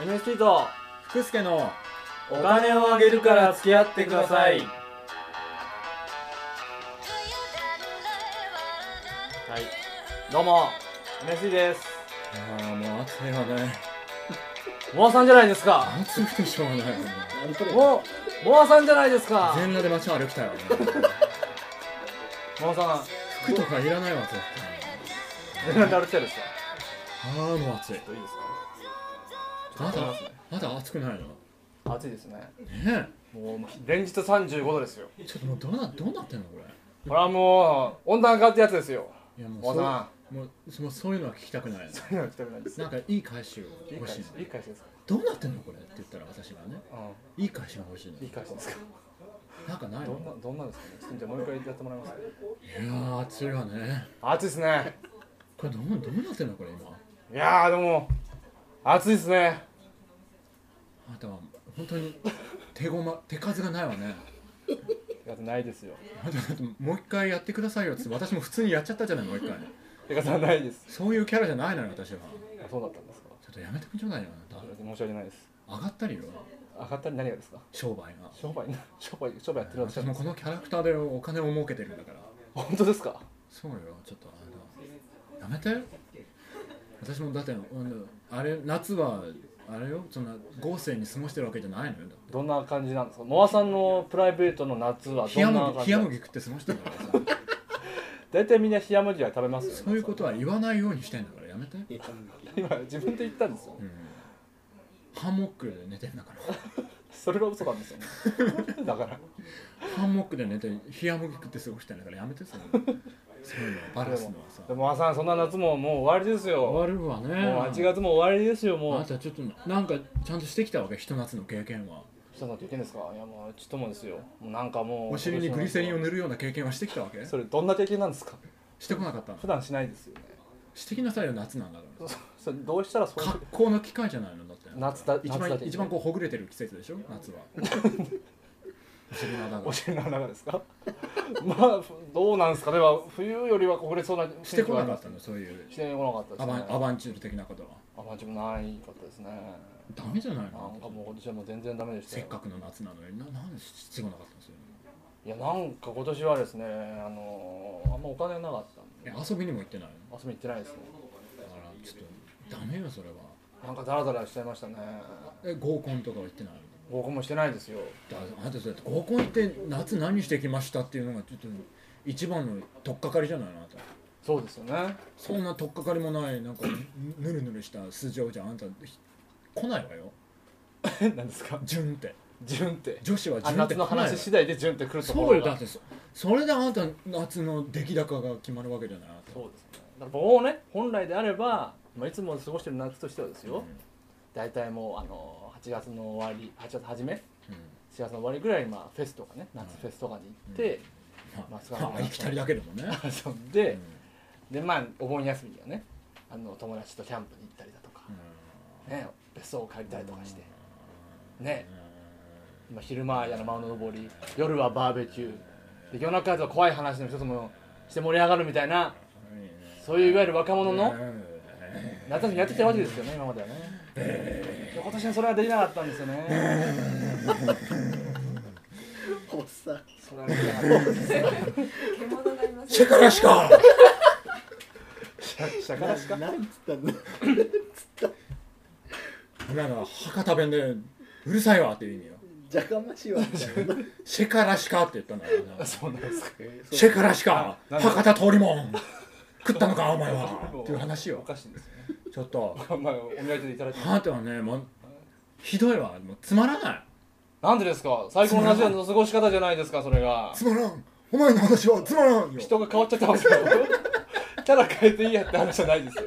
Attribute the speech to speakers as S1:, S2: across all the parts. S1: NST と
S2: 福助の
S1: お金をあげるから付き合ってくださいはいどうも NST です
S2: ああもう暑いわね
S1: モアさんじゃないですか
S2: 暑くてしょうがないもう
S1: モモアさんじゃないですか
S2: 全裸で街を歩きたいわね
S1: モアさん
S2: 服とかいらないわ絶対
S1: 全然歩きたいですか
S2: ああもう暑い
S1: どういいです
S2: まだ
S1: そうですね
S2: まだ暑くないの
S1: か暑いですね
S2: ね
S1: もう連日35度ですよ
S2: えちょっともうどうなどうなってんのこれ
S1: これはもう温暖化ってやつです よ
S2: いやもう
S1: モアさ
S2: そうもうそのそういうのは聞きたくない
S1: んそういうの来たくないです
S2: なんかいい返しを
S1: いい
S2: 欲
S1: 返
S2: し
S1: し
S2: い
S1: いい
S2: の
S1: 返しですか
S2: どうなってんのこれって言ったら私がね
S1: う
S2: いい返しが欲しいの
S1: んいい返しですか
S2: なんかない
S1: ど
S2: の
S1: んなどんなんですかねちょっとじゃあもう一回やってもらいます
S2: いやー暑いわね
S1: 暑いですね
S2: これどうどうなってんのこれ今
S1: いやーでも暑いですね
S2: あなたは本当に手ごま手数がないわね
S1: いやないですよ
S2: あなただってもう一回やってくださいよっつって私も普通にやっちゃったじゃないもう一回
S1: 手数はないです
S2: そういうキャラじゃないのよ私は
S1: あそうだったんですか
S2: ちょっとやめてくんじゃないよあな
S1: 申し訳ないです
S2: た上がったりよ
S1: 上がったり何がですか
S2: 商売が
S1: 商売な商売商売やってるわけじゃ
S2: 私
S1: ない
S2: もこのキャラクターでお金を儲けてるんだから
S1: 本当ですか
S2: そうよちょっとあなたやめて私もだってあのあれ夏はあれよそんな豪勢に過ごしてるわけじゃないのよだって
S1: どんな感じなんですかモアさんのプライベートの夏はど
S2: 冷
S1: んな感
S2: 麦冷
S1: じなんで
S2: 麦食って過ごしてるからさ
S1: すか大体みんな冷麦は食べますよね
S2: そういうことは言わないようにしてんだからやめて
S1: 今自分で言ったんですよ
S2: うんハンモックで寝てんだから
S1: それは嘘なんです よねだから
S2: ハンモックで寝て冷や麦食って過ごしてんだからやめてそれそういうのバラすのはさ
S1: でもモアさんそんな夏ももう終わりですよ
S2: 終わるわね
S1: もう8月も終わりですよも
S2: あ
S1: うん
S2: たちょっとなんかちゃんとしてきたわけひと夏の経験は
S1: 人なんて言ってんですかいやもうちっともですよもうなんかもう
S2: お尻にグリセリンを
S1: 塗
S2: 塗るような経験はしてきたわけ
S1: それどんな経験なんですか
S2: してこなかったの
S1: 普段しないですよね
S2: してきなさいよ夏なんだか
S1: そそれどうしたらそう
S2: ら
S1: いう
S2: 格好の機会じゃないのだって
S1: 夏だ
S2: 一
S1: 夏
S2: 番
S1: だけ
S2: 一番こうほぐれてる季節でしょ 夏はお尻のだか
S1: お
S2: ら
S1: 尻の穴がですか まあふどうなんですかねまあ冬よりはこれそうな雰囲気は
S2: してこなかっ
S1: あ
S2: たのそういう
S1: りますしてこなか
S2: ア
S1: った
S2: バ
S1: で
S2: ン
S1: すね
S2: アバンチュール的なことは
S1: あまあ自分ないかったですね
S2: ダメじゃない
S1: なん
S2: の
S1: かもう今年はもう全然ダメでした
S2: せ
S1: よ
S2: っかくの夏なのにななんでしてこなかったんですよ
S1: いやなんか今年はですねあのーあんまお金なかったんで
S2: え遊びにも行ってないの
S1: 遊び行ってないですね
S2: だからちょっとダメよそれは
S1: なんかダラダラしちゃいましたね
S2: え合コンとかは行ってないの
S1: 合コンもしてないですよ
S2: だあとそれ合コン行って夏何してきましたっていうのがちょっと一番の取っかかりじゃないのあなた
S1: そうですよね
S2: そんな取っかかりもないなんかぬるぬるした素性じゃあんたひ来ないわよ
S1: 何ですか
S2: 順って
S1: 順って
S2: 女子は
S1: あ
S2: 順っ
S1: 夏
S2: て
S1: の
S2: 来ないわ
S1: 話
S2: よ
S1: 次第で順って来るところ
S2: そうよだ
S1: が
S2: ってそそれであんた夏の出来高が決まるわけじゃないあなた
S1: そうですねだから僕もね本来であれば、まあ、いつも過ごしてる夏としてはですよ、
S2: ん
S1: 大体もうあの8月の終わり8月初め4
S2: うん
S1: 月の終わりぐらいに、まあ、フェスとかね夏フェスとかに行って、
S2: ま
S1: まあ
S2: あ
S1: そうだね
S2: まあ、行きたりだけでもね、
S1: 遊んで、
S2: うん
S1: でまあお盆休みにはねあの友達とキャンプに行ったりだとか、ね、別荘を借りたりとかして、ねまあ、昼間は山の登り夜はバーベキューで夜中は怖い話の一つもして盛り上がるみたいなそういういわゆる若者の夏休みやってきたわけですよね今まではねで今年はそれはできなかったんですよね
S3: おっさん
S1: それはできなかったんですよ
S4: 獣がいます
S2: シェカラシカ
S1: だからしか
S3: 何つったんだ
S2: 今のは博多弁でうるさいわっていう意味よ
S3: じゃかましいわみたいな
S2: シェカラシカって言ったんだよな
S1: そうなんですか
S2: シェカラシカ
S1: ななんで
S2: 博多通りもん食ったのかお前 はっていう話
S1: お
S2: よ
S1: かしいんですよね
S2: ちょっと
S1: まあまあお土産でいただいて
S2: あなたはねもうひどいわもうつまらない
S1: なんでですか最高の夏の過ごし方じゃないですかそれが
S2: つまらんお前の話はつまらんよ
S1: 人が変わっちゃってますよキャラ変えていいやって話じゃないですよ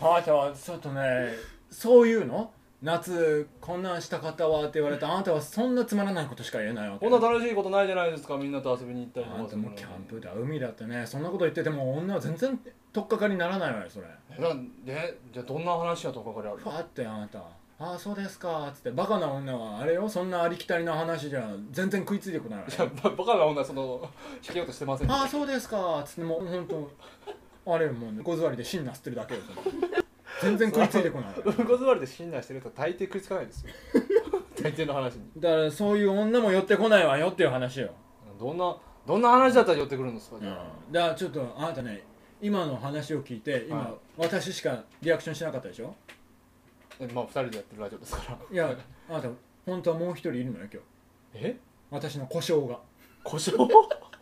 S2: あなたはちょっとねそういうの夏こんなんした方はって言われたあなたはそんなつまらないことしか言えないわけ
S1: こんな楽しいことないじゃないですかみんなと遊びに行ったりと
S2: あ
S1: か
S2: ん
S1: す
S2: た
S1: るの
S2: もう
S1: に
S2: キャンプだ海だってねそんなこと言ってても女は全然取っかかりにならないわよそれ
S1: えなんでじゃあどんな話がとかかりある
S2: ふわってあなたああそうですかっつってバカな女はあれよそんなありきたりな話じゃ全然食いついてこないわよ
S1: いやばバカな女はその引きようとしてません
S2: ああそうですかっつってもう本当あれよもうね小座りでシンナ吸ってるだけよそれ全然食いついてこない
S1: うんこ座りで診断してると大抵食いつかないですよ大抵の話に
S2: だからそういう女も寄ってこないわよっていう話よ、
S1: どんなどんな話だったら寄ってくるんですか、じゃあ
S2: だからちょっとあなたね今の話を聞いて今、
S1: はい
S2: 私しかリアクションしなかったでしょ
S1: えまあ2人でやってるラジオですから
S2: いやあなた本当はもう一人いるのよ今日
S1: え
S2: 私の故障が
S1: 故障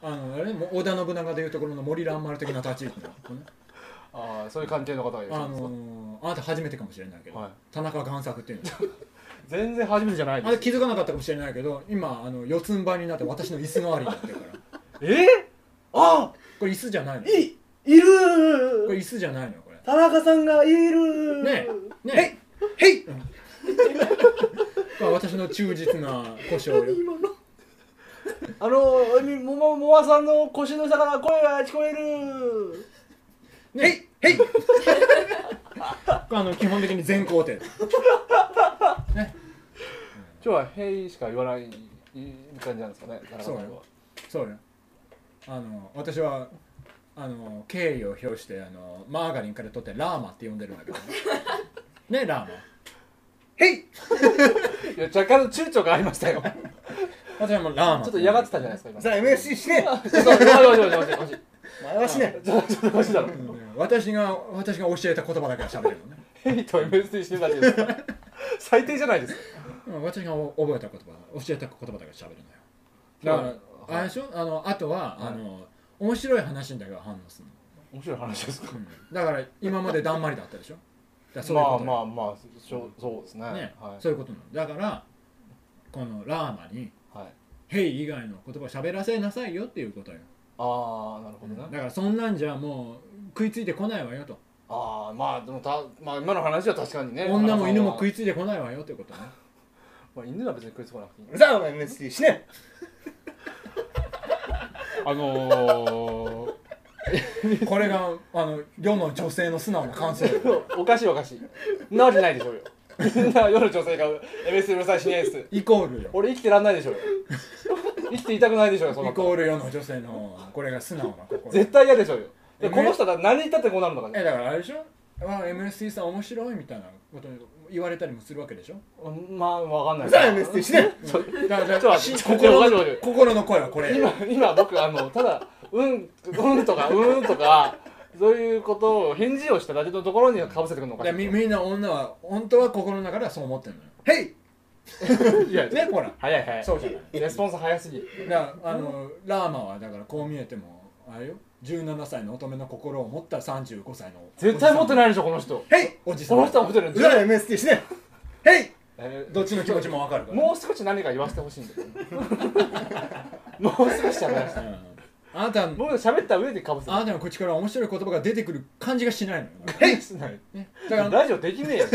S2: あのあれもう織田信長でいうところの森蘭丸的な立ち位置のこのね
S1: ああそういう関係の方がいらっしゃる
S2: あ
S1: んですか、
S2: のーあなた初めてかもしれないけど、
S1: はい
S2: 田中贋作っていう の
S1: 全然初めてじゃないで
S2: あれ
S1: す
S2: 気づかなかったかもしれないけど今あの四つん這いになって私の椅子代わりになってるから
S1: えあ
S2: これ椅子じゃないのこ
S3: いいる
S2: れ椅子じゃないのこれ
S3: 田中さんがいる
S2: ねえねえへい まあ私の忠実な故障よ
S3: 今の
S1: あのみもももわさんの腰の下から声が聞こえる
S2: ねえへいあの基本的に全肯定
S1: 今日は「へい」しか言わない感じなんですかね田中さんは
S2: そうよそうねあの私はあの敬意を表してあのマーガリンから取ってラーマって呼んでるんだ けどねねラーマへい
S1: いや若干の躊躇がありましたよち
S2: 私はもうラーマ
S1: ょっと嫌がってたじゃないですか今
S3: さあ MSC しね
S1: ちょっと待って待って待って待って
S3: 回しね
S1: ちょっとちょっとおかしいだろ
S2: うん私が私が教えた言葉だけは喋るのね
S1: ヘイと MST してたじゃないですか 最低じゃないですか
S2: うん私が覚えた言葉教えた言葉だけは喋るのよだから、
S1: はい
S2: あれでしょあのあとは、
S1: はい
S2: あの面白い話にだけは反応する
S1: 面白い話ですか
S2: の、うんだから今までだんまりだったでしょだからそうい
S1: ま
S2: う
S1: あ
S2: ことよ
S1: まあまあそうそうですね
S2: ね
S1: は
S2: そういうことなのだからこのラーマに
S1: い、はい、
S2: 「ヘイ」以外の言葉を喋らせなさいよっていうことよ、
S1: ああなるほどね、
S2: だからそんなんじゃもう食いついてこないわよと
S1: ああまあでもた、まあ、今の話は確かにね
S2: 女も犬も食
S1: い、
S2: いついてこないわよってことね
S1: まあ、犬は別に食いつかなくていい
S3: さあお前 MSC しね
S1: あのー、
S2: これがあの世の女性の素直な感想だよ
S1: おかしいおかしいそんなわけないでしょうよみんな夜女性が MSC うるさいしねえっす
S2: イコールよ
S1: 俺生きてらんないでしょう よ生きていたくないでしょうよそんな
S2: イコール世の女性のこれが素直な心
S1: 絶対嫌でしょうよでこの人だ何言ったってこうなるのか
S2: え
S1: ね
S2: だからあれでしょわ MST さん面白いみたいなこと言われたりもするわけでしょ
S1: まあわかんない
S3: さあ MSC しね
S2: だからだ
S1: ちょ
S2: か
S1: っと待っ
S2: ら
S1: て
S2: し
S1: ちょっと待
S2: 心
S1: って
S2: の心の声はこれ
S1: 今今僕あのただ「うん」うんとか「うん」とかそういうことを返事をしただけのところにかぶせてくるのか
S2: でみみんな女は本当は心の中ではそう思ってるのよ「ヘイ!
S1: いや」
S2: ねほら
S1: 早い早い
S2: そうじゃない
S1: レスポンス早すぎる
S2: だからあのラーマはだからこう見えてもあれよ17歳の乙女の心を持った35歳の
S1: 絶対持ってないいでしょこの人
S2: ヘイおじさ
S1: こ
S2: ん
S1: の人は持ってるんで
S3: さあ MSC しね
S2: ヘイ
S1: す
S2: どっちの気持ちもわかるから
S1: もう少し何か言わせてほしいんだよ もう少し喋らせ
S2: う
S1: て
S2: んあなた
S1: 僕が喋った上でかぶせて
S2: あなたの口から面白い言葉が出てくる感じがしないのよ
S1: えし ない
S2: ねだから
S1: ラジオできねえ よ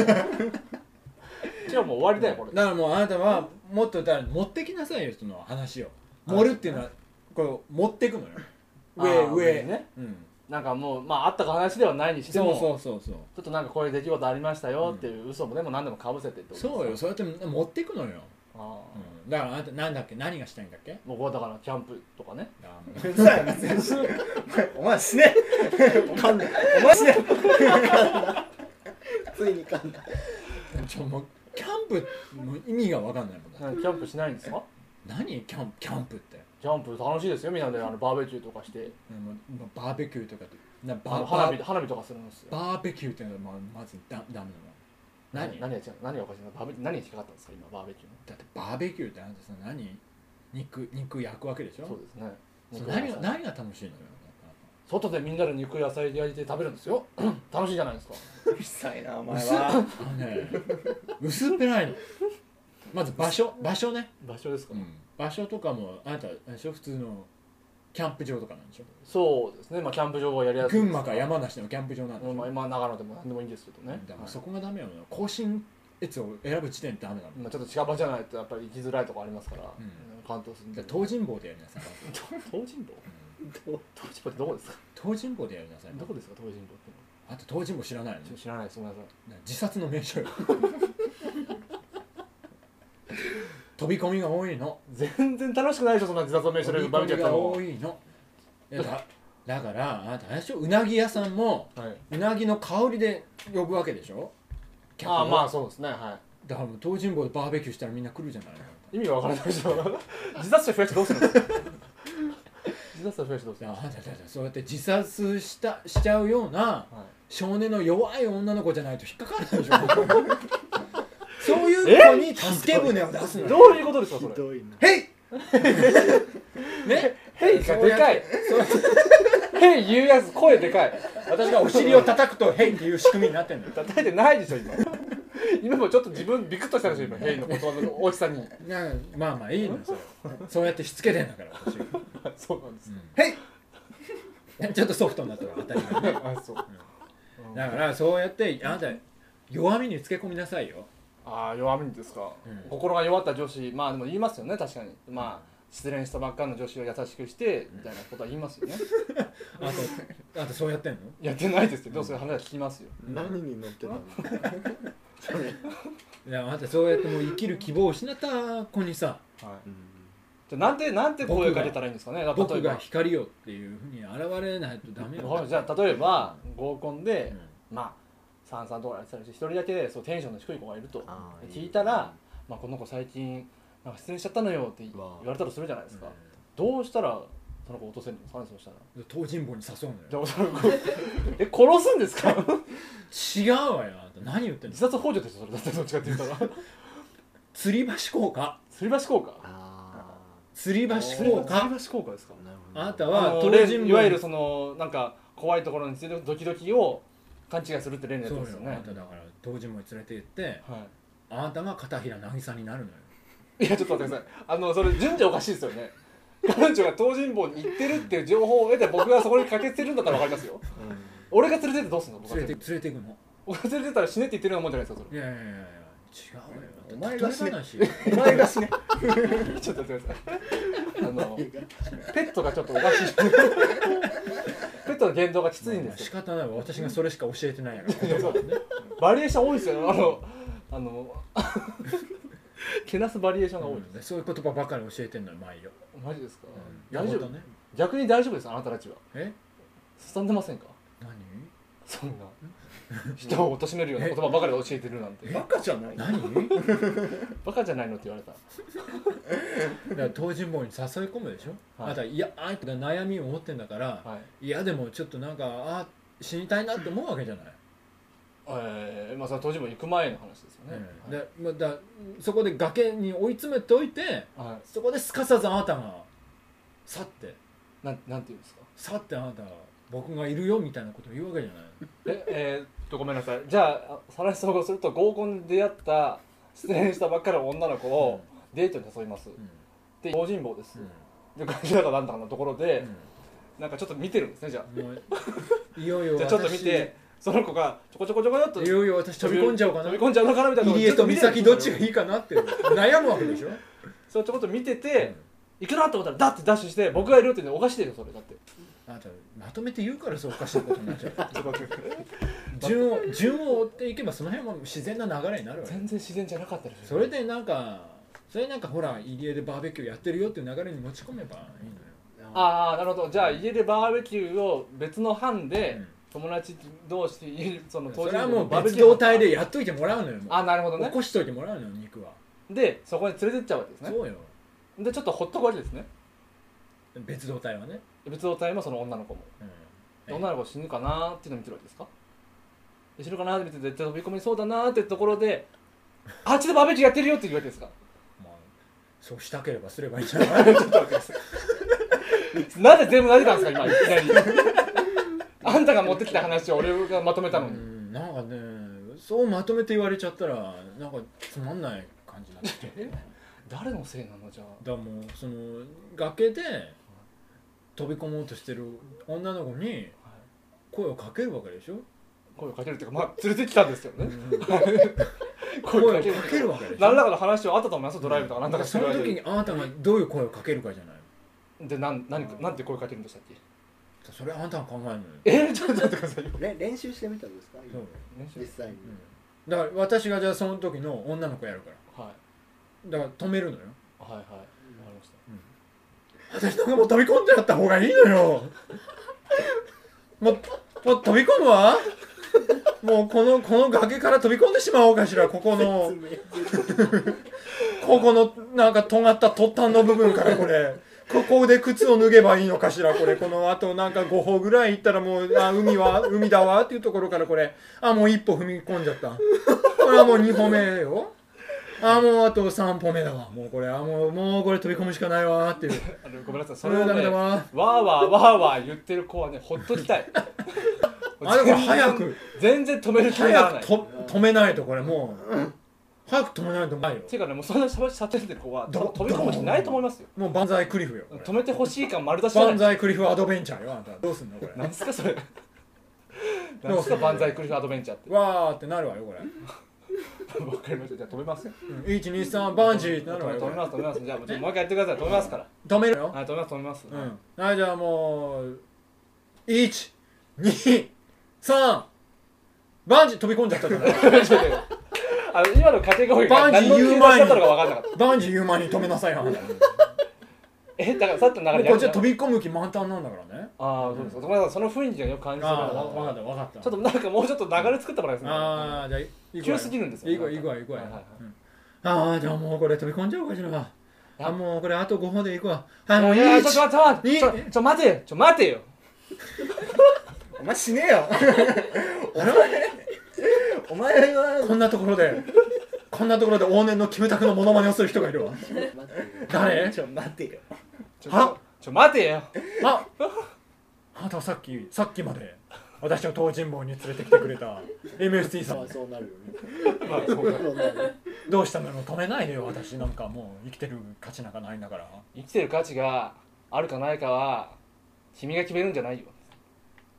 S1: じゃあもう終わりだよこれ
S2: だからもうあなたはもっとだから持ってきなさいよその話を盛るっていうのはこう持ってくのよ
S1: あー
S2: 上上
S1: ね
S2: うん
S1: なんかもうまああった話ではないにして
S2: そう
S1: も
S2: そうそうそう
S1: ちょっとなんかこういう出来事ありましたよっていう嘘もでも何でもかぶせてってこと
S2: そうよそうやって持ってくのよ、
S1: ああ
S2: うん、だからあなたなんだっけ何がしたいんだっけ
S1: 僕はだからキャンプとかね
S2: あ
S3: さあ MSC しね お前し ねわかんないお前しね ついに噛んだ
S2: ー ちょもうキャンプの意味が分かんないもんだ
S1: なんかキャンプしないんですか
S2: 何キャンキャンプって
S1: キャンプ楽しいですよみんなであのバーベキューとかして
S2: うんもうもうバーベキューとかってな
S1: あ
S2: バ
S1: の
S2: ー
S1: 花
S2: バ
S1: 火
S2: ー
S1: 花火とかするんですよ
S2: バーベキューっていうのはまあまずダダメなの何
S1: 何が違う何がおかしいのバーベ何が引っかかったんですか今バーベキュー
S2: だってバーベキューってあなたさ何肉肉焼くわけでしょ
S1: のそうですね
S2: そう
S1: 肉野
S2: 何
S1: 菜
S2: が何が楽しいのよ
S1: 外でみんなで肉野菜焼いて食べるんですよ楽しいじゃないですか
S3: うるさいなお前は
S2: あのね薄っぺらいのまず場所場所ね、
S1: 場所ですか、
S2: 場所とかもあなたあれでしょ普通のキャンプ場とかなんでしょ
S1: そうですねまあキャンプ場はやりやすいです
S2: 群馬か山梨のキャンプ場なんでし
S1: う
S2: ょ、
S1: んまあ今長野でも何でもいいんですけどね
S2: だか
S1: は
S2: ら
S1: い
S2: そこがダメなのよ更新越を選ぶ時点ってダメなの、
S1: まあちょっと近場じゃないとやっぱり行きづらいとこありますから、
S2: ん
S1: 関東住んで
S2: だ
S1: る
S2: から東尋坊でやりなさい、
S1: 東尋坊
S2: うん
S3: どう
S1: 東尋坊ってどこですか
S2: 東尋坊でやりなさい
S1: どこですか東尋坊って
S2: あと東尋坊知らないの
S1: ちょっと知らないですごめんなさい
S2: 自殺の 名所よ飛び込みが多いの
S1: 全然楽しくないでしょそんな自殺を名所
S2: 飛
S1: で
S2: び
S1: バーベキューやった
S2: 込みが
S1: の
S2: 多いのいやだだからあなたあれでしょうなぎ屋さんも
S1: はいう
S2: なぎの香りで呼ぶわけでしょ客を
S1: ああまあそうですねは
S2: だからもう東尋坊でバーベキューしたらみんな来るじゃない
S1: い 意味が分からないでしょ 自殺者増やしてどうするんですか自殺者増やしてどうす
S2: い
S1: る
S2: やあなただそうやって自殺したしちゃうような
S1: はい
S2: 少年の弱い女の子じゃないと引っかかるでしょ そういう子に助け舟を出す の
S1: ど
S2: よ
S1: ういうことですかそ
S3: ひ
S1: れ
S3: どいな
S2: へいね
S1: ヘイがでかいヘイ言うやつ声でかい
S2: 私がお尻を叩くと「へい」 っていう仕組みになってんのよ
S1: 叩いてないでしょ今 今もちょっと自分ビクッとしたでしょ今ヘイの言葉の大きさに
S2: なまあまあいいのよそれそうやってしつけてんだから私が
S1: そうなんです
S2: 「へい!」ちょっとソフトになったら当たり前 ね
S1: あそう
S2: だからそうやってあなた弱みにつけ込みなさいよ
S1: ああ弱みにですか、
S2: うん
S1: 心が弱った女子まあでも言いますよね確かにまあ失恋したばっかの女子を優しくしてみたいなことは言いますよね
S2: あとあとそうやってんの
S1: やってないですけどそういう話は聞きますよ
S3: 何に乗ってたの
S2: いやあなたそうやってもう生きる希望を失った子にさ
S1: はい
S3: うん
S1: じゃあなんてなんて声をかけたらいいんですかね例えば
S2: 僕が光よっていうふうに現れないとダメ
S1: わかりま
S2: よ
S1: したじゃあ例えば合コンで、
S2: うん
S1: まあ三々とかやってたりして一人だけそうテンションの低い子がいると
S3: あー
S1: 聞いたら「まあ、この子最近なんか失恋しちゃったのよ」って言
S3: うわ
S1: われたとするじゃないですか、
S2: うん
S1: どうしたらその子落とせるんですかねそうしたら
S2: 東尋坊に誘うの
S1: じゃ
S2: よ
S1: あその子 え殺すんですか
S2: 違うわよあなた何言ってんの
S1: 自殺ほ助でしょそれだってどっちかって言 ったら
S2: 吊り橋効果
S1: 吊り橋効果
S3: あ
S2: 吊り
S1: 吊
S2: 橋
S1: り
S2: 効
S1: 橋
S2: 果
S1: 吊り橋効果ですか
S3: ーなるほど
S2: あなた
S1: あ
S2: は
S1: の
S2: 東
S1: 例
S2: 尋坊
S1: いわゆるそのなんか怖いところについてドキドキを勘違いするって例のやつ
S2: そうよ
S1: ですよ
S2: あな
S1: ね
S2: ただから東尋坊に連れて行って
S1: は
S2: あなたが片平なぎさになるのよ
S1: い、いやちょっと待ってくださいあのそれ順序おかしいですよね彼女が東尋坊に行ってるっていう情報を得て僕がそこに駆けつけるんだったら分かりますよ
S3: うん
S1: 俺が連れてってどうすんの僕が
S2: 連
S1: 連
S2: れ
S1: れ
S2: て連れて行くの
S1: 俺が連れてったら死ねって言ってるようなもんじゃないですか
S2: いやいやいやいや違うよ
S3: お前が死ね
S2: 例え話よ
S3: お前が死ね
S1: それ ちょっと待ってくださいあのペットがちょっとおかしいペットの言動がきついん
S2: まあ
S1: です
S2: 仕
S1: よ
S2: 方ないわ私がそれしか教えてないやろ
S1: いやそうバリエーション多いですよあのあのけなすバリエーションが多い、
S2: うん そういう言葉ばかり教えてんのよ毎夜
S1: マジですか、
S2: な
S1: 大
S2: る
S1: 丈
S2: ほ
S1: 夫、
S2: どね
S1: 逆に大丈夫ですあなたたちは
S2: え
S1: 進んでませんか
S2: 何
S1: そんな人を貶めるような言葉ばかり教えてるなんて
S3: バカじゃない
S2: 何
S1: バカじゃないのって言われた
S2: だから東尋坊に誘い込むでしょ、
S1: はい
S2: あなたいやあんた悩みを持ってんだから、
S1: はい
S2: い、やでもちょっとなんかあ死にたいなって思うわけじゃない、
S1: えー、まあそれ当時も行く前の話ですよね、
S2: うんでまあだそこで崖に追い詰めておいて
S1: はい、はい
S2: そこですかさずあなたが去って
S1: なんなんて言うんですか
S2: 去ってあなたが僕がいるよみたいなことを言うわけじゃない
S1: ええー、っとごめんなさいじゃああさらに総合すると合コンで出会った失恋したばっかりの女の子をデートに誘います、
S2: う
S1: で用心棒です、
S2: ん
S1: でガキだかなんだかのところで、
S2: う
S1: なんかちょっと見てるんですねじゃあ、
S2: ん、もういよいよ
S1: じゃ
S2: 私
S1: あちょっと見てその子がちょこちょこちょこちょっと
S2: いよいよ私飛び込んじゃおうかな
S1: 飛び込んじゃうのかなみたいな
S2: 入江と美咲どっちが
S1: い
S2: いいかなって悩むわけでしょ、
S1: そうちょこっと見て
S2: う
S1: て
S2: ん、
S1: 行くなと思ったらダッてダッシュして僕がいるよっていうのおかしいでしょそれ だって
S2: あなたまとめて言うからそうおかしいことになっ ちゃう
S1: ちょっと待って
S2: 順を順を追っていけばその辺も自然な流れになるわけ
S1: 全然自然じゃなかったです
S2: それでなんかそれなんかほら入江でバーベキューやってるよっていう流れに持ち込めばいいのよ
S1: ああなるほどじゃあ家でバーベキューを別の班で、
S2: うん
S1: 友達同士で家でその
S2: そ
S1: 当
S2: れ
S1: 時
S2: はもう
S1: バーベ
S2: 別
S1: キュー
S2: 動態でやっといてもらうのよも
S1: あなるほど
S2: う起
S1: ね
S2: こしといてもらうのよ肉は
S1: でそこに連れてっちゃうわけですね
S2: そうよ
S1: でちょっとほっとくわけですね
S2: 別動態はね
S1: 別動隊もその女の子も
S2: うん
S1: 女の子死ぬかなーっていうのを見てるわけですかで死ぬかなーって見て絶対飛び込みそうだなーってところであっちでバーベキューやってるよって言うわけ ですか
S2: まあそうしたければすればいいんじゃ ない
S1: なぜ全部投げたんですか今いきなりあんたが持ってきた話を俺がまとめたの
S2: う
S1: に、
S2: んなんかねそうまとめて言われちゃったらなんかつまんない感じになっちゃう
S1: 誰のせいなのじゃ
S2: だからもうその崖で飛び込もうとしてる女の
S1: あ、
S2: 子に
S1: はい
S2: 声をかけるわけでしょ
S1: 声をかけるっていうかまあ連れてきたんですけどね
S2: 声
S1: 声
S2: をか
S1: をかける
S2: けるわけでしょ
S1: 何らかの話はあったと思いますよドライブとか何だかして
S2: そ
S1: る
S2: の
S1: 間
S2: 時にあなたがどういう声をかけるかじゃない
S1: でなん何かなんて声かけるんでしたっけ
S2: それあなたが考えるのよ
S1: えちょっと 待ってくださいよ
S3: れ練習してみたんですか
S2: そ
S3: 今
S2: う
S3: 実際に
S2: だから私がじゃあその時の女の子やるから
S1: はい
S2: だから止めるのよ
S1: はいはいわかりました
S2: 私なんかもう飛び込んじゃった方がいいのよもうもう飛び込むわもうこのこの崖から飛び込んでしまおうかしらここのここのなんか尖った突端の部分からこれここで靴を脱げばいいのかしらこれこのあとなんか5歩ぐらい行ったらもうあ海は海だわっていうところからこれあもう一歩踏み込んじゃったこれはもう2歩目よあもうあと3歩目だわもうこれあもうもうこれ飛び込むしかないわっていう
S1: あのごめんなさい
S2: そ
S1: そ
S2: れ
S1: れ
S2: は
S1: を
S2: ダメ
S1: ね
S2: だ
S1: わ
S2: わ
S1: ーわーわーわー言ってる子はねほっときたい
S2: あでもこれ早く
S1: 全然止める気にならな
S2: 早
S1: い
S2: くと止めないとこれもう早く止めないとないよ
S1: ていうかねもうそんなしゃべしゃってんでる子は
S2: ど
S1: 飛び込む気ないと思いますよ
S2: もう万歳クリフよこれ
S1: 止めてほしい感丸出しじゃない
S2: 万歳クリフアドベンチャーよあんたどうすんのこ れ
S1: 何すかそれ何すか万歳クリフアドベンチャーって
S2: わーってなるわよこれ
S1: わかりましたじゃあ止めますよ
S2: うん123バンジーってなるわよ
S1: 止
S2: こ
S1: め
S2: れ
S1: ます止めますじゃあもうちょっともう一回やってください止めますから
S2: 止めるよ
S1: はい止めます止めます、
S2: うんはいじゃあもう123バンジー飛び込んじゃった から
S1: あの今の家庭が多いから
S2: バンジ
S1: 何
S2: ー
S1: の
S2: 言う前に
S1: だったのか分かんなかった
S2: バンジー言う前に止めなさいよあんたもう
S1: えだからさっきの流れ
S2: こっち
S1: あ
S2: は飛び込む気満タンなんだからね
S1: あーそうですごめんなさいその雰囲気がよく感じるから
S2: ああ分かった分かった
S1: ちょっとなんかもうちょっと流れ作ったからですね
S2: ああじゃあ行くわ
S1: 急
S2: よ
S1: すぎるんですよ
S2: 行くわ行くわ行くわ
S1: はいはいはい
S2: うんああじゃあもうこれ飛び込んじゃおうかしらあもうこれあと5歩で行くわはい
S1: い
S2: もう
S1: や
S2: い
S1: い
S2: い
S1: やちょっと待ってちょっと待ってちょちょ待てよちょ待てよ
S3: お前死ねえよお前お前は
S2: こんなところでこんなところで往年のキムタクのモノマネをする人がいるわ誰
S3: ちょ待てよ
S1: ちょ
S2: は
S1: ちょ待てよ
S2: ああなたはさっきさっきまで私を東尋坊に連れてきてくれた MST さん
S3: そうなるよね
S1: まあそうか
S3: そうなるよ
S2: どうしたのよ止めないでよ私なんかもう生きてる価値なんかないんだから
S1: 生きてる価値があるかないかは君が決めるんじゃないよ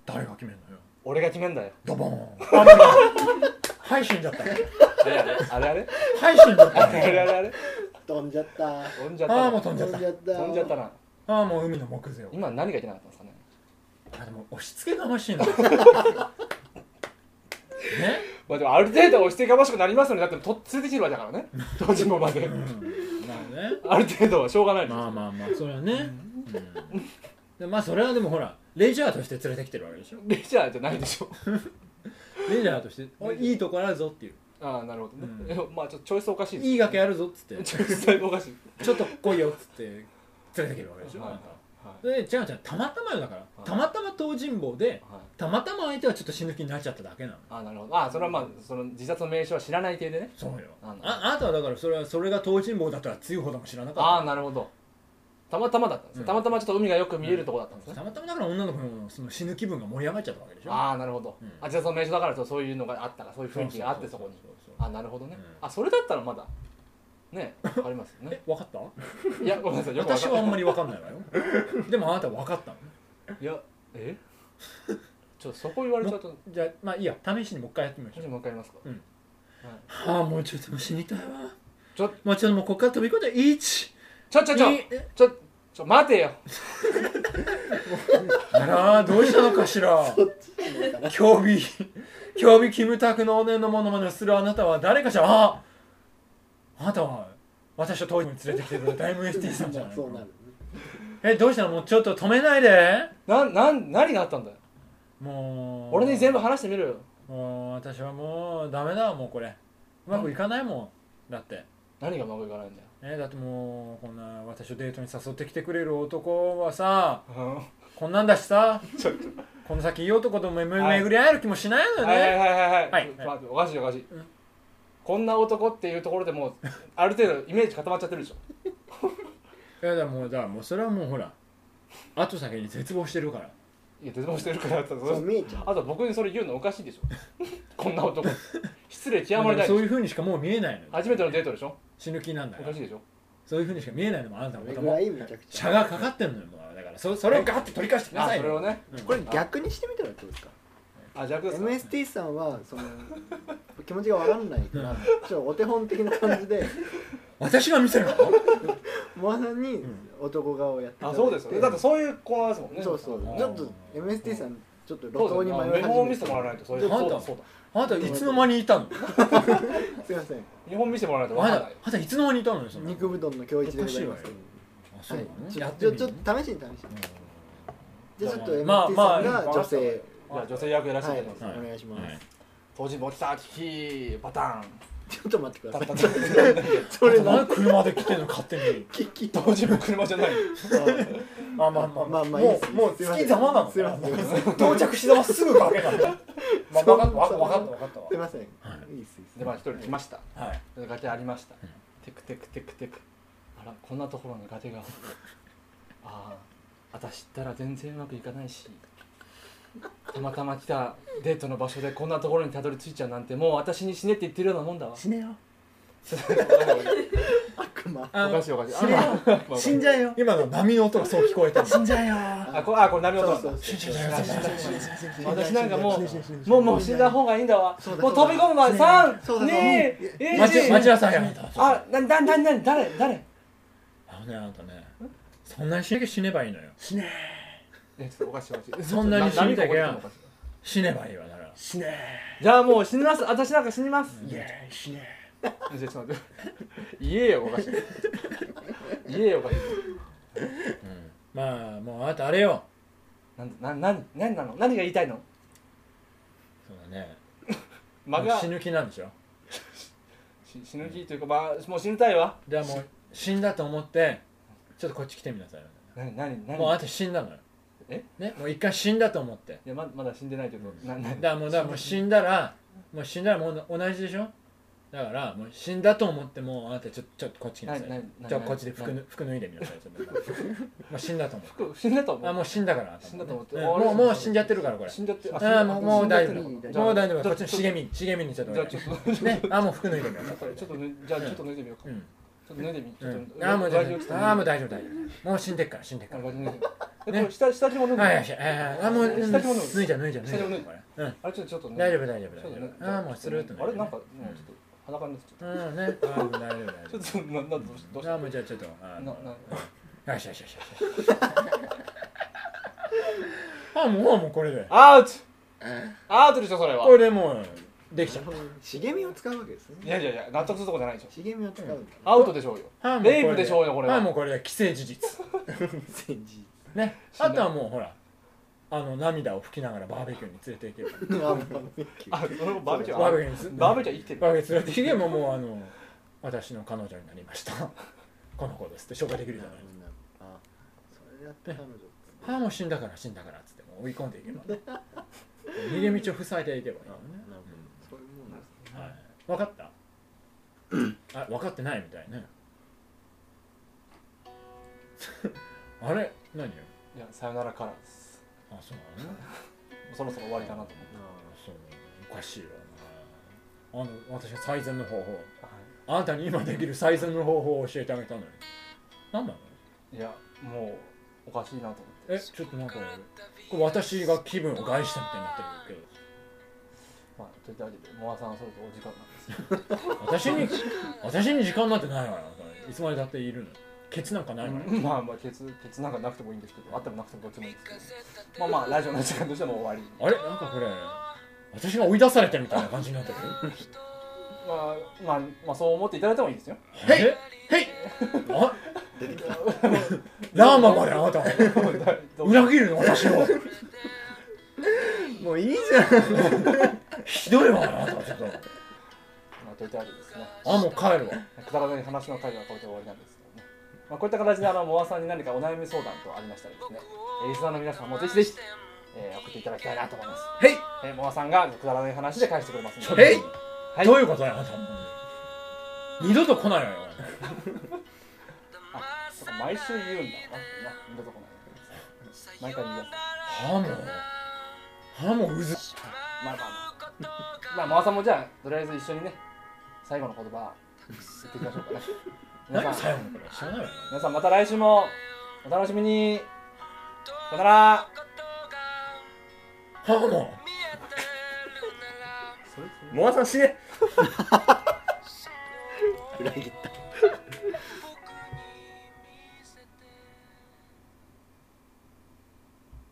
S2: 誰が決めるのよ
S1: 俺が決めんだよ
S2: ドボ ーンあでも配信だった
S1: あれあれあれあれ
S2: 配信だっ
S1: あ
S2: た
S1: れあれあれ
S3: 飛んじゃった
S1: 飛んじゃった
S2: ああもう
S1: な
S2: 飛んじゃった
S3: 飛んじゃった
S1: 飛んじゃったな
S2: ああもう海の木材を
S1: 今何がいけなかったんですかね
S2: あでも押し付けが ましいなね
S1: まあでもある程度押してがましくなりますよねだってとっついてきてるわけだからね当時もまで
S2: うんまあね
S1: ある程度はしょうがないです
S2: まあまあまあそれはね、うんでまあそれはでもほらレジャーとして連れてきてるわけでしょ
S1: レジャーじゃないでしょ
S2: レジャーとしておいいとこあるぞっていう
S1: ああなるほどね、
S2: うん
S1: えまあちょっとチョイスおかしい
S2: いい崖あるぞっつって
S1: チョイスだいぶおかしい
S2: ちょっと来いよっつって連れてきてるわけでしょ、
S1: はい
S2: で違う違うたまたまよだから、
S1: はい
S2: たまたま東尋坊で
S1: はい
S2: たまたま相手はちょっと死ぬ気になっちゃっただけなの
S1: ああなるほどああそれはまあその自殺の名称は知らない系でね
S2: そうよ
S1: あ
S2: あ
S1: の
S2: あなたはだからそれはそれが東尋坊だったら強い方だも知らなかった
S1: ああなるほどたまたまだったんですね、
S2: うん
S1: たまたまちょっと海がよく見えるとこだったんですね、
S2: たまたまだから女の子のその死ぬ気分が盛り上がっちゃったわけでしょ
S1: ああなるほど、
S2: うん
S1: あじゃあその名所だからそういうのがあったからそういう雰囲気があってそこに
S2: うそうそう
S1: あなるほどね、
S2: うん
S1: あそれだったらまだねわかりますよ
S2: え
S1: ね
S2: 分かった
S1: いやごめんなさいよくわか
S2: 私
S1: ん
S2: はあんまり分かんないわよでもあなたは分かったの
S1: いや えちょっとそこ言われちゃうと
S2: じゃあまあいいや試しにもう一回やってみましょう
S1: もう一回やりますか、
S2: うん
S1: はい、
S2: はあもうちょっともう死にたいわ
S1: ちょ
S2: もうちょっともうここから飛び込んで1
S1: ちょちょちょちょちょ待てよ
S2: あらどうしたのかしら競技競技キムタクのおねんのものまねをするあなたは誰かしらああなたは私を当時に連れてきてくれた MST さんじゃない
S3: そうなるよね
S2: えどうしたのもうちょっと止めないで
S1: なんなん何があったんだよ
S2: もう
S1: 俺に全部話してみろよ
S2: もう私はもうダメだもうこれうまくいかないもんだって
S1: 何がうまくいかないんだよ
S2: ね、だってもうこんな私をデートに誘ってきてくれる男はさこんなんだしさ
S1: ちょっ
S2: この先いい男とめめ
S1: はい
S2: 巡り合える気もしないの
S1: と
S2: よ
S1: はいはい
S2: ね
S1: はいはい、
S2: はい
S1: ちょっと待っておかしいおかしい、
S2: うん
S1: こんな男っていうところでもうある程度イメージ固まっちゃってるでしょ
S2: いやだからもうだからもうそれはもうほら後先に絶望してるから
S1: いや絶望してるからって
S3: そう見えちゃう
S1: あと僕にそれ言うのおかしいでしょ こんな男失礼極まりな
S2: だから
S1: い
S2: そ
S1: で
S2: う
S1: し
S2: い
S1: ょ
S2: うふうにしかもう見えないのよ
S1: 初めてのデートでしょ
S2: 死ぬ気なんだ
S1: お
S2: か
S1: からしいでしょ
S2: そういうふうにしか見えないのもあなた
S3: そ
S2: の
S3: れ
S2: 頭
S3: ぐらいめちゃくち
S2: 茶
S3: ゃ
S2: がかかってんのよもうだからそそれをガッて取り返してくだ
S1: あ
S2: さい
S1: それを
S2: よ
S1: ね
S3: これ逆にしてみたらどうですか
S1: あ逆ですか
S3: MST さんはその 気持ちが分かんない からちょっとお手本的な感じで
S2: 私が見せるの
S3: モアさんに男顔をやっていただ
S1: あ
S3: い
S1: そうですよねだってそういう子なんですもんね
S3: そうそう
S1: あ
S3: ちょっと MST さんちょっと路
S1: そ
S3: 頭
S1: うで
S3: に
S1: す
S3: 迷い
S1: よね
S3: 始めて
S1: 見本を見せてもらわないとそういう
S2: ちょっ
S1: そ
S2: と
S1: うだそうだ
S2: あなたいつの間にいたの
S3: すいません
S1: 見本見せてもらわないと
S2: あ
S1: 分か
S2: なた
S1: んない
S2: あ
S1: よ
S2: なたいつの間にいたのよその
S3: 肉布団の今日一でござい
S2: おか
S3: ます
S2: しいわよあそう
S3: は
S2: ないの
S3: ちょ
S2: やっ
S3: ち
S2: て
S3: ょ
S2: み
S3: ちょ
S2: る
S3: っと試しに試しにじゃあちょっと
S2: まあ
S3: MST
S2: ま
S3: さ
S2: あ
S3: んが女性
S1: じゃあ女性役やらせていただきます、
S3: はいお願いします
S1: 当時も来たキキバタン
S3: ちょっと待ってく
S1: タ
S3: だ
S1: ン
S3: さ
S1: タ
S3: い
S1: ンタン
S3: それ
S2: な
S3: なん
S2: で車で来てんの勝手に
S3: キ キ
S1: 当時も車じゃない
S2: まあまあまあ
S3: まあまあいい
S2: も
S3: です
S2: うもう
S3: すいませ
S2: 月
S3: ん
S2: ざまなの
S3: すいません
S2: 到着しざますぐ崖なのまあ分かった
S3: そう
S2: 分かった分かったわ
S3: すいませんい
S4: はい
S3: いっすいいっす
S1: でまあ一人来ました
S2: はい
S1: 崖ありました、テクテクテクテクあらこんなところに崖がああ私ったら全然うまくいかないしたまたま来たデートの場所でこんなところにたどり着いちゃうなんてもう私に死ねって言ってるようなもんだわ
S4: 死 ねよ
S3: 悪魔
S1: おかしいおかしい
S4: 死ねよ
S1: あまあ
S4: 死んじゃえよ
S2: 今の波の音がそう聞こえたの
S4: 死んじゃえよ
S1: あこあこれなるほど
S3: そうそうそう
S1: 私なんかも
S4: 死ね死ね死ね死ね
S1: うもうもう死んだ方がいいんだわ
S3: そうだ
S1: もう飛び込むまで三
S3: そうだそうだ
S1: 二
S2: 待ち待ち
S1: 一
S2: なさいあなた
S1: あなななな誰誰
S2: あのねあなたねそんなに死ね死ねばいいのよ
S4: 死ね
S1: えちょっとおかしいおかしい
S2: そんなに死にたきゃ
S1: 波ここに来てもおかしい
S2: 死ねばいいわなら
S4: 死ね
S1: じゃあもう死にます私なんか死にます
S4: イエーイ死ね
S1: じゃあちょっと待って 言えよおかしい言えよおかしい
S2: うんまあもうあなたあれよ
S1: なんなんなん何なの何が言いたいの
S2: そうだね
S1: 間
S2: もう
S1: が
S2: 死ぬ気なんでしょ
S1: し死ぬ気というかまあもう死にたいわ
S2: じゃあもう死んだと思ってちょっとこっち来てみなさい
S1: 何何何
S2: もうあなた死んだのよ
S1: え
S2: ねもう一回死んだと思って
S1: いやままだ死んでないけどなな
S2: だからもうだからもう死んだらもう死んだらもう同じでしょだからもう死んだと思ってもうあなたちょちょっとこっち来なさい
S1: ななな
S2: ちょっとこっちで服
S1: な
S2: ぬ服脱いでみなさいちょっともう死んだと思う
S1: 服死んだと思う
S2: あもう死んだからあなた
S1: 死んだと思って
S2: うん
S1: あれ
S2: もうもう死んじゃってるからこれ
S1: 死んじゃって
S2: あもうもう大丈
S3: 死
S2: 夫
S3: んじゃってる
S2: もう大丈夫
S1: じゃ
S2: こ
S1: あ
S2: っちの茂み茂みにちょっと
S1: じゃあちょっと ちょっ
S2: ねあもう服脱いでみなさい
S1: とちょっとねじゃあちょっと脱いでみようか
S2: う
S1: ちょっ
S2: ん
S1: と脱いでみちょっ
S2: うん
S1: と
S2: あもう大丈
S1: 上着を着て
S2: 夫あもう大丈夫大丈夫もう死んでっから死んでっ
S1: あ
S2: か
S1: の
S2: ら
S1: 上着脱いでみえこれ下下着も脱いで
S2: はいはいはいあもううん
S1: 下着も脱いで
S2: 脱いじゃう脱いじゃう脱いじゃ
S1: 下着も脱
S2: う
S1: い
S2: これうん
S1: あれちょっとちょっとね
S2: 大丈夫大丈夫
S1: そうだね
S2: 大丈夫あもうスルーっと脱いで
S1: あれなんかも
S2: うん
S1: うちょっと裸になっちゃっ
S2: うんねあもう大丈夫大
S1: た
S2: 丈
S1: ちょっとななどうしどうし
S2: 夫あもうじゃあちょっとあ
S1: な
S2: の
S1: な
S2: よしよしよしよしあもうもうこれで
S1: アウトアウトでしょそれは
S2: これでもうできちゃう
S3: 茂みを使うわけです
S1: い
S3: ね
S1: やいやいや納得するとこじゃないでしょ
S3: 茂みを使うんだ
S1: アウトでしょうよ
S2: あもうこれ
S1: レイプでしょうよこれは
S2: あもうこれで既成事実
S3: 全然
S2: ねあとはもうほらあの涙を拭きながらバーベキューに連れていける
S3: あバーベキュー
S1: あそれもバーベキュー
S2: バーベ
S1: キ
S2: キューにつ
S1: バーベキュー生きてる
S2: バーベキュー連れていけばもうあの私の彼女になりましたこの子ですって紹介できるじゃないです
S3: あそれやって彼女
S2: かあもう死んだから死んだからっつってもう追い込んでいけ ば、ね、逃げ道を塞いでいけばいいよね
S3: なるほどそういうもんなんですね
S2: はい、分かったあ分かってないみたいね あれ何よ
S1: いやさよならからです
S2: あそうなの
S1: そろそろ終わりかなと思って
S2: そうおかしいわなあの私は最善の方法
S1: は
S2: あなたに今できる最善の方法を教えてあげたのに何なの
S1: いいやもうおかしいなと思って
S2: えちょっとなんかこれ私が気分を害したみたいになってる
S1: まあといったわけでモアさんはそろそろお時間なんですよ
S2: けど私に私に時間なんてないわよいつまでだっているのケツなんかないわよ、
S1: うん まあまあケツケツなんかなくてもいいんですけどあってもなくてもどっちもいいんですけどまあまあラジオの時間としてもう終わり
S2: あれなんかこれ私が追い出されてみたいな感じになってる
S1: まあまあまあそう思っていただいてもいいですよ
S2: はいはいあ
S3: 出てきた
S2: ラーマまであなた裏切るの私を
S3: もういいじゃん
S2: ひどいわあなたちょっと
S1: まあといったわけでですね
S2: あもう帰るわ
S1: くだらない話の会はこれで終わりなんですけどね、まあ、こういった形であのモアさんに何かお悩み相談とありましたらですね、えーリスナーの皆さんもぜひぜひ、えー送っていただきたいなと思います、
S2: はい
S1: えー、モアさんがくだらない話で返してくれますの
S2: え
S1: で
S2: い
S1: はい
S2: どういうことやあなた二度と来ないわよ
S1: あそうか毎週言うんだなな二度と来ない毎回言います
S2: はもはもうず
S1: まあまあまあ まあモアさんもじゃあとりあえず一緒にね最後の言葉言っていきましょうかね皆
S2: 何
S1: さん
S2: 最後のこれ知らないわよ
S1: 皆さんまた来週もお楽しみにさよなら
S2: はも
S4: モアさん死ね
S3: 裏切った